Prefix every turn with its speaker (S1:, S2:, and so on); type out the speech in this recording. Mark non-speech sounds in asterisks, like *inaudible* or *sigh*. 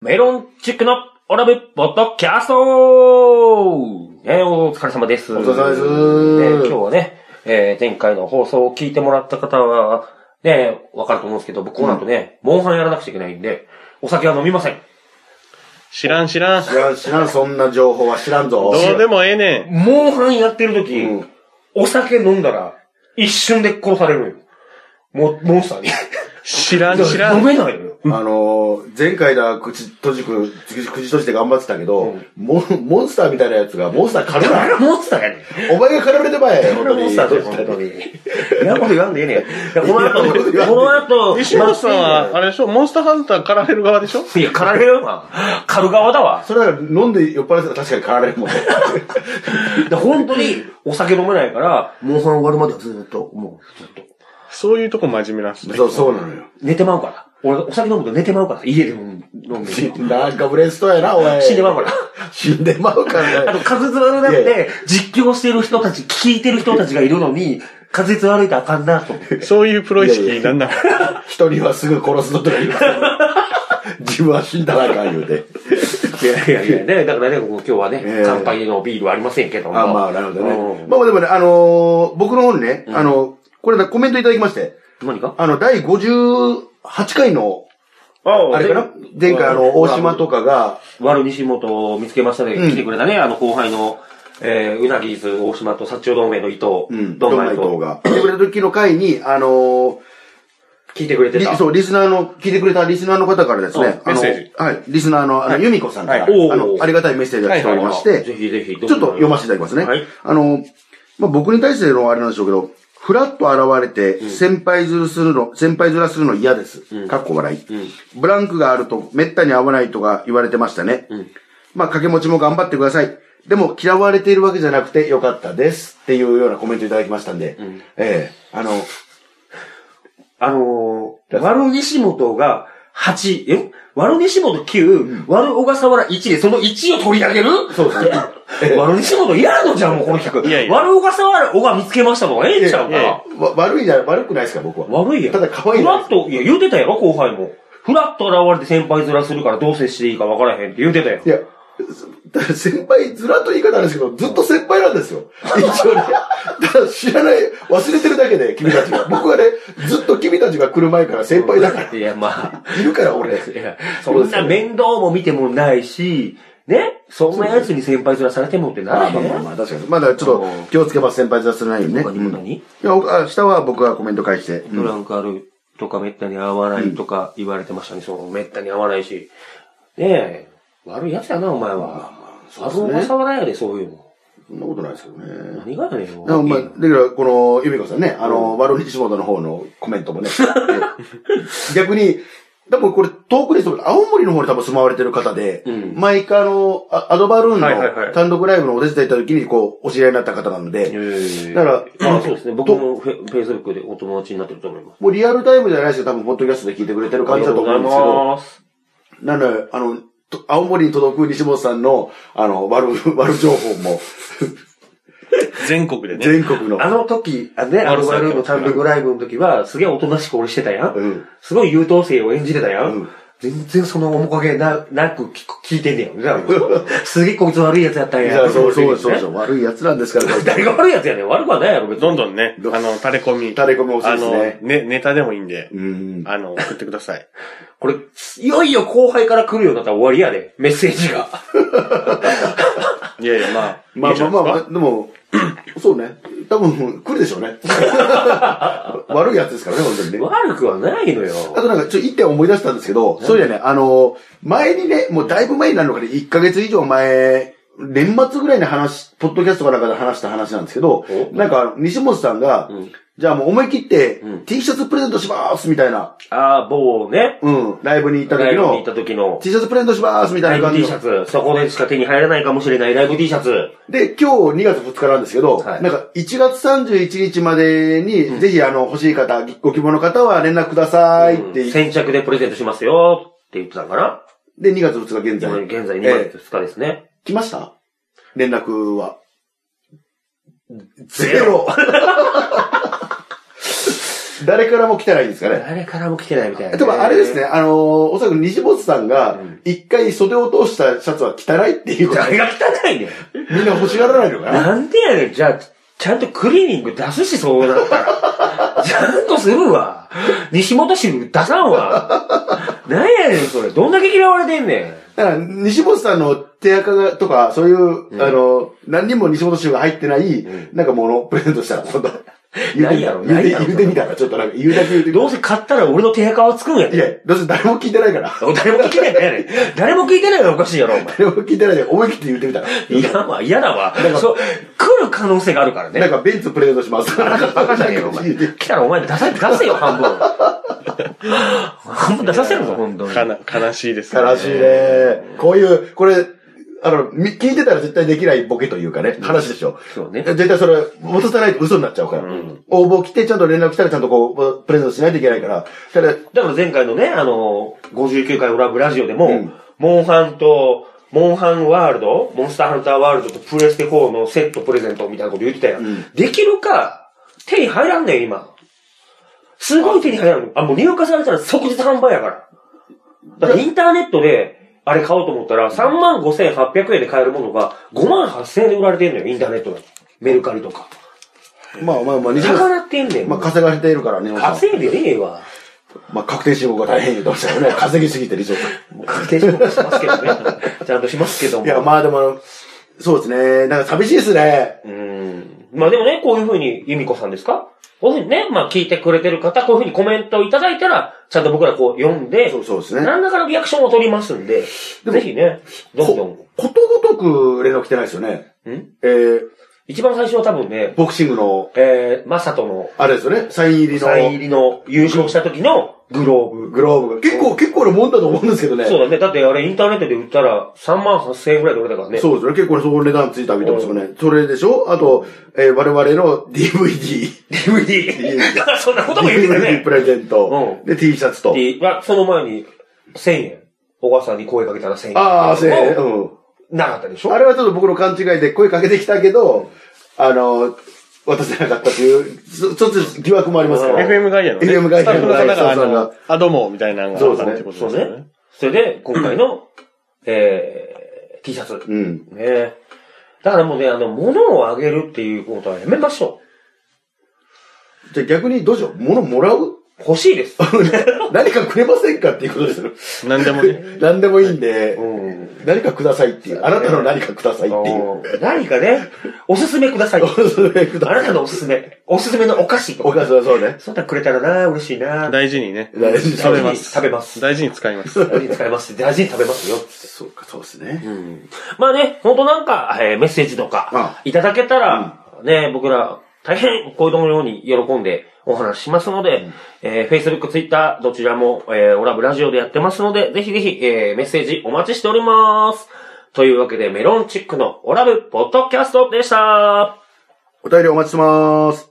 S1: メロンチックのオラブポッドキャストね、お疲れ様です。
S2: お疲れ様です
S1: ね今日はね、えー前回の放送を聞いてもらった方は、ね、わかると思うんですけど、僕この後ね、モンハンやらなくちゃいけないんで、お酒は飲みません。
S3: 知らん知らん。
S2: 知らん、知らん、そんな情報は知らんぞ
S3: ど。うでもええねん。
S1: モンハンやってる時、
S2: うん
S1: お酒飲んだら、一瞬で殺されるのよ。もう、モンスターに。
S3: 知らん知ら
S1: 飲
S3: ん。
S1: めないのよ。
S2: あのー、前回だ、口閉じく、口口閉じて頑張ってたけど、モンモンスターみたいなやつが、モンスター狩る
S1: あ *laughs* れ
S2: な。
S1: モンスターやねん。
S2: お前が狩られてまえ、
S1: こ
S2: 本
S1: れ
S2: 当
S1: モ
S2: に。
S1: ンスターで、本当に。いや、こと言わんでええねん。この後、
S2: いやこと言わんでええ
S1: この後、
S3: 石本さんは、あれでしょモンスターハンターかられる側でしょ
S1: いや、狩られるよな。狩る側だわ。
S2: それだから飲んで酔っ払ってたら確かに狩られるもんね。
S1: で本当に、お酒飲めないから、モンハン終わるまではずっと、もう、ずっと。
S3: そういうとこ真面目なんすね。
S2: そう、そうなのよ。
S1: 寝てまうから。俺、お酒飲むと寝てまうから。家で飲む飲んで。
S2: なんかブレストやな、お
S1: *laughs*
S2: 前。
S1: 死んでまうから。
S2: 死んでまうから
S1: あ
S2: ね
S1: と、。滑舌悪なっ
S2: いや
S1: て、実況してる人たち、聞いてる人たちがいるのに、滑舌悪いとあかんなと思って。
S3: そういうプロ意識なんなの
S2: 一人はすぐ殺すのとか言うけど自分は死んだらあかん言うて。
S1: いやいやいや、ね、だからね、今日はね
S2: ええ、
S1: 乾杯のビールはありませんけども。
S2: あ、まあ、なるほど
S1: う
S2: ね。
S1: ん
S2: まあでもね、あのー、僕の方にね、あの、これだ、コメントいただきまして、
S1: 何か
S2: あの、第58回の、
S1: あ
S2: あれかな前回あの、大島とかが、
S1: 悪西本を見つけましたで、
S2: うん
S1: 来てくれたね、あの後輩の、えー、うなぎず大島と薩長同盟の伊藤、
S2: うん、
S1: ど
S2: ド
S1: んま
S2: ンマ
S1: い
S2: イ
S1: と
S2: とが、来てくれた時の回に、あの
S1: 聞いてくれ
S2: ー、
S1: て
S2: リ
S1: た。
S2: そう、リスナーの、聞いてくれたリスナーの方からですね、
S3: う
S2: あ
S3: ん
S2: の、
S3: メッセージ
S2: はい、リスナーの、あの、由美子さんから、あ
S1: はいおー
S2: の、ありがたいメッセージが来ておりまして、
S1: ぜひぜひ、ち
S2: ちょっと読ませていただきますね。
S1: はい
S2: あの、まあ、僕に対してのあれなんでしょうけど、ふらっと現れて、先輩ずるするの、先輩ずらするの嫌です。かっこ笑い、ブランクがあると、めったに合わないとか言われてましたね。まあ、掛け持ちも頑張ってください。でも、嫌われているわけじゃなくてよかったです。っていうようなコメントいただきましたんで、ええあの、
S1: あのー、悪西本が8、え悪西本9、悪小笠原1で、その1を取り上げる
S2: そうです
S1: *laughs*
S2: ね。
S1: 悪西本いらんのじゃん、もうこの企画。
S3: いやいや
S1: 悪小笠原小が見つけましたのがええんちゃうか
S3: いやいや
S1: な。
S2: わ悪いじゃ、悪くないですか、僕は。
S1: 悪いやん。
S2: ただ、可愛い
S1: ふ
S2: じゃ
S1: ら
S2: ないで
S1: っ
S2: すか。
S1: と、いや、言うてたやろ、後輩も。ふらっと現れて先輩面するからどう接していいか分からへんって言うてたやん
S2: い。や、だから先輩、ずらっと言い方なんですけど、ずっと先輩なんですよ。一応ね。だから知らない、忘れてるだけで、君たちが。僕はね、ずっと君たちが来る前から先輩だから。
S1: いや、まあ。
S2: いるから、俺。
S1: いや、そ
S2: そうで
S1: ん
S2: すよ
S1: な面倒も見てもないし、ねそんな奴に先輩面されてもってな
S2: ま
S1: ら
S2: あ
S1: へん。
S2: まあまあまあ、確かに。まだちょっ
S1: うん
S2: と気をつけます、先輩ずらするないようにね。
S1: 他に
S2: う
S1: も
S2: んい
S1: 何
S2: や、僕あ下は僕がコメント返して。
S1: ブランクあるとかめったに合わないとか言われてましたね。そのめったに合わないし。ねえ、悪いやつやな、お前は。
S2: そ
S1: あ
S2: うです
S1: の
S2: ね
S1: 小笠原やで、そういうの。
S2: そんなことないですけどね。
S1: 何がやねん。お
S2: あ
S1: 前
S2: まあ、だから、この、ゆみこさんね、あの、ワロニシモトの方のコメントもね、 *laughs* 逆に、多分これ、遠くに住む、青森の方に多分住まわれてる方で、
S1: ん
S2: 毎回あの、あアドバルーン
S3: はいはいは
S2: の
S3: い
S2: 単独ライブのお手伝い行った時に、こう、お知り合いになった方なので、
S1: ええ
S2: だから
S1: まあそうですね。僕
S2: と
S1: もフェフェイスブックでお友達になってると思います。
S2: もうリアルタイムじゃないですけど、多分、ポッドキャストで聞いてくれてる感じだと思うんですけど、
S1: す。
S2: なので、あの、と青森に届く西本さんの、あの、悪、 *laughs* 悪情報も、
S3: 全国でね。
S2: 全国の、
S1: あの時、あのね、アルバルーンの単独ライブの時は、すげえおとなしく俺してたやん。
S2: うん
S1: すごい優等生を演じてたやん。
S2: うん
S1: 全然その面影な、なく聞く聞いてんねやんじゃあ。すげえこいつ悪いやつやったん
S2: い
S1: や。
S2: やそうそうそう
S1: ね
S2: そう、悪い奴なんですから、
S1: *laughs* 誰が悪いやつやねん。悪くはないやろ、別に。
S3: どんどんね、
S2: ど
S3: あの、垂れ込み。
S2: 垂れ込み欲しい
S3: あ
S2: です
S3: の、
S2: ね
S3: ね、ネタでもいいんで、
S2: うん。
S3: あの、送ってください。
S1: これ、いよいよ後輩から来るようになったら終わりやで、メッセージ
S2: *laughs*
S1: が。
S3: いやいや、まあ、
S2: まあまあまあまあ、
S3: あ。
S2: でも、そうね。多分、来るでしょ
S1: *laughs*
S2: うね。悪いやつですからね、本当にね。
S1: 悪くはない
S2: *laughs*
S1: のよ。
S2: あとなんか、ちょ、一点思い出したんですけど、そういやね、あの、前にね、もうだいぶ前になるのかね、1ヶ月以上前、年末ぐらいに話、ポッドキャストかなんかで話した話なんですけど
S1: お、
S2: なんか、西本さんが、じゃあもう思い切って、T シャツプレゼントしますみたいな、
S1: ああ、某ね。
S2: うん、ライブに行った
S1: ラ
S2: 時
S1: イブに行
S2: の
S1: った、時の、
S2: T シャツプレゼントしますみた
S1: ラ
S2: い
S1: イ
S2: な
S1: ブ
S2: 感じ
S1: T
S2: の
S1: シャツ。そこでしか手に入らないかもしれないライブ T シャツ。
S2: で、今日2月2日なんですけど、
S1: はい
S2: なんか1月31日までに、ぜひあの、欲しい方、ご希望の方は連絡くださいって、
S1: 先着でプレゼントしますよって言ってたから。
S2: で、2月2日現在。
S1: 今現在2
S2: え
S1: 月2日ですね。
S2: ー来ました連絡は。
S1: ゼロ。
S2: *laughs* 誰からも来てないんですかね。
S1: 誰からも来てないみたいな、
S2: 例えばあれですね、。あのーおそらく西本さんが、一回袖を通したシャツは汚いっていうから
S1: 誰が汚いねん。
S2: みんな欲しがらないの
S1: *laughs*
S2: かな。
S1: なんでやねん。じゃあ、ちゃんとクリーニング出すし、そうなった
S2: *laughs*
S1: ら。ちゃんとするわ。西本市出さんわ。なんやねん、それ。どんだけ嫌われてんねん。
S2: だから、西本さんの手垢がとか、そういう、あの、何人も西本衆が入ってない、なんかものをプレゼントしたら、今度、
S1: *laughs*
S2: 言
S1: ないやろ
S2: うてみた言う
S1: ないや
S2: て
S1: ろ
S2: 言うてみたら、ちょっとなんか言うだけ言うてみ
S1: どうせ買ったら俺の手垢はつくんや
S2: た。い
S1: で。
S2: や、どうせ誰も聞いてないから。
S1: 誰も聞いてないからやねん。誰も聞いてないからおかしいやろ、お前。
S2: 誰も聞いてないで、思い切って言うてみたら。
S1: 嫌わ、嫌だわ
S2: なん。か
S1: そう、来る可能性があるからね。
S2: なんかベンツプレゼントします。なん
S1: バカじゃねえよ、お前。来たらお前出さ、出せよ、半
S2: *laughs*
S1: 分。半分出させるぞ、本当に。
S3: かな悲しいですね。
S2: 悲しいね。こういう、これ、あの、み聞いてたら絶対できないボケというかね、話でしょ。
S1: そうね
S2: 絶対それ、戻さないと嘘になっちゃうから。応募来て、ちゃんと連絡来たらちゃんとこう、プレゼントしないといけないから。ただ、
S1: だから前回のね、あの、59回オラブラジオでも、
S2: うん
S1: モンハンと、モンハンワールド、モンスターハンターワールドとプレステ4のセットプレゼントみたいなこと言ってたやん。できるか、手に入らんねん、今。すごい手に入らんねん。あ、もう入荷されたら即日販売やから。だってインターネットで、あれ買おうと思ったら、35,800円で買えるものが、58,000円で売られてんのよ、インターネットで。メルカリとか。
S2: まあまあまあ、西
S1: 高
S2: 村
S1: なってんねん。
S2: まあ、稼がれているからね、おさん
S1: 稼いでねえわ。
S2: まあ、確定申告が大変言うてましたよね。稼ぎすぎて、理想
S1: もう確定申告しますけどね。ちゃんとしますけども。
S2: いや、まあでも、そうですね。なんか寂しいですね。
S1: うーん。まあでもね、こういうふうに、由美子さんですかこういうふうにね、まあ聞いてくれてる方、こういうふうにコメントいただいたら、ちゃんと僕らこう読んで、
S2: そうそうですね。
S1: 何らかのリアクションを取りますんで、
S2: でも
S1: ぜひね、どんどん
S2: こ。ことごとく連絡来てないですよね。
S1: ん
S2: えー、
S1: 一番最初は多分ね、
S2: ボクシングの、
S1: えー、マサトの
S2: あれですよね、サイン入りの。
S1: サイン入りの優勝した時のグローブ。
S2: グローブが。結構、結構なもんだと思うんですけどね。
S1: そうだね。だってあれインターネットで売ったら3万8000円ぐらいで売れたからね。
S2: そうですね。結構その値段ついたみたいですよね。それでしょあと、えー我々の DVD。
S1: DVD。だから *laughs* そんなことも言ってた
S2: DVD
S1: ね
S2: プ。レゼント。
S1: う
S2: で、T シャツと。
S1: で、まあ、その前に、1000円。小川さんに声かけたら1000円。
S2: ああ、せー、うん。
S1: *laughs* なかったでしょ
S2: あれはちょっと僕の勘違いで声かけてきたけど、あの、渡せなかったという、そちょっと疑惑もありますから。
S3: FM ガイアのね。
S2: FM ガイアの
S3: スタッフの方が、あ
S2: そうそう
S3: の、あ、どうも、みたいなのがあったってことです
S1: そ
S3: よ
S1: う
S3: ね。
S1: ね。それで、今回の、 *clears throat* えー、T シャツ。ね
S2: うん。
S1: えだからもうね、あの、物をあげるっていうことはやめましょ
S2: じゃあ逆にどうしよう物もらう
S1: う。欲しいです。
S2: 何かくれませんかっていうことですよ。
S3: 何でもね。
S2: 何でもいいんで、
S1: ん。
S2: 何かくださいっていう。あなたの何かくださいっていう。
S1: 何かね、おすすめくださ
S2: *laughs*
S1: い。
S2: お
S1: あ
S2: すすめくだ
S1: なたのおすすめ。おすすめのお菓子と
S2: お
S1: か。
S2: かずはそうね。
S1: そんなんくれたらな、嬉しいな。
S3: 大事にね。
S2: 大事に
S3: 食べます。
S1: 食べます
S3: 大事に使います。
S1: 大事に使います。大事に食べますよ。
S2: そうか、そうですね。
S1: まあね、本当なんか、えーメッセージとか
S2: あ、
S1: いただけたら、ね、僕ら、大変、こういうのように喜んでお話ししますので、えー Facebook、Twitter、どちらも、えーオラブラジオでやってますので、ぜひぜひ、えーメッセージお待ちしております。というわけで、メロンチックのオラブポッドキャストでした。
S2: お便りお待ちしてます。